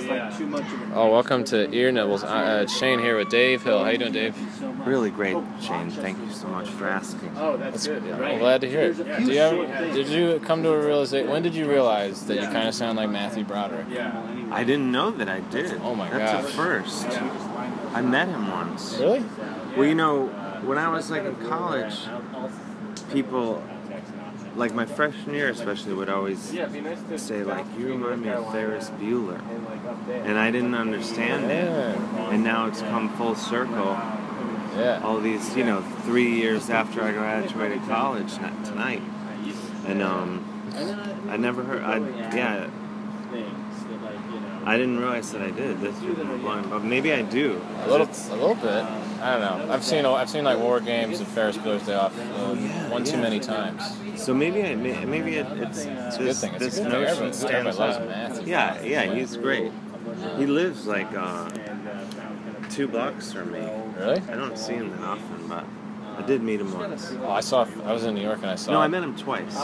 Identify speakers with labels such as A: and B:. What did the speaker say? A: It's like too much of a.
B: Oh, welcome to Ear Nibbles. Uh, uh, Shane here with Dave Hill. How you doing, Dave?
C: Really great, Shane. Thank you so much for asking.
A: Oh, that's good.
B: Yeah,
A: Right.
B: I'm glad to hear it.
A: Yeah.
B: Do you ever, did you come to a realization? When did you realize that you kind of sound like Matthew Broderick?
A: Yeah.
C: I didn't know that I did.
B: Oh my
C: That's
B: gosh.
C: a first. I met him once.
B: Really?
C: Well, you know, when I was like in college, people, like my freshman year especially, would always
A: Yeah, it'd be nice to
C: say like, "You remind me of Ferris Bueller,"
A: and like up there.
C: and I didn't understand it.
B: Yeah.
C: And now it's come full circle.
B: Yeah.
C: All these, you know, three years after I graduated college not tonight, and um, I never heard. I yeah,
A: Things that like you know.
C: I didn't realize that I did. This is blind, but maybe I do.
B: A little, a little bit. I don't know. I've seen, I've seen like war games and Ferris Bueller's Day Off
C: Oh,
B: uh, one too many times.
C: So maybe I may- maybe it, it's this,
B: Good thing. It's
C: this
B: a good thing.
C: notion
B: Everyone, everybody
C: stands
B: loves
C: up.
B: Matthew.
C: Yeah, yeah, he's great. He lives like uh, two blocks from me.
B: Really?
C: I don't see him that often, but I did meet him once.
B: Oh, I saw. I was in New York and I saw.
C: No, I met him twice.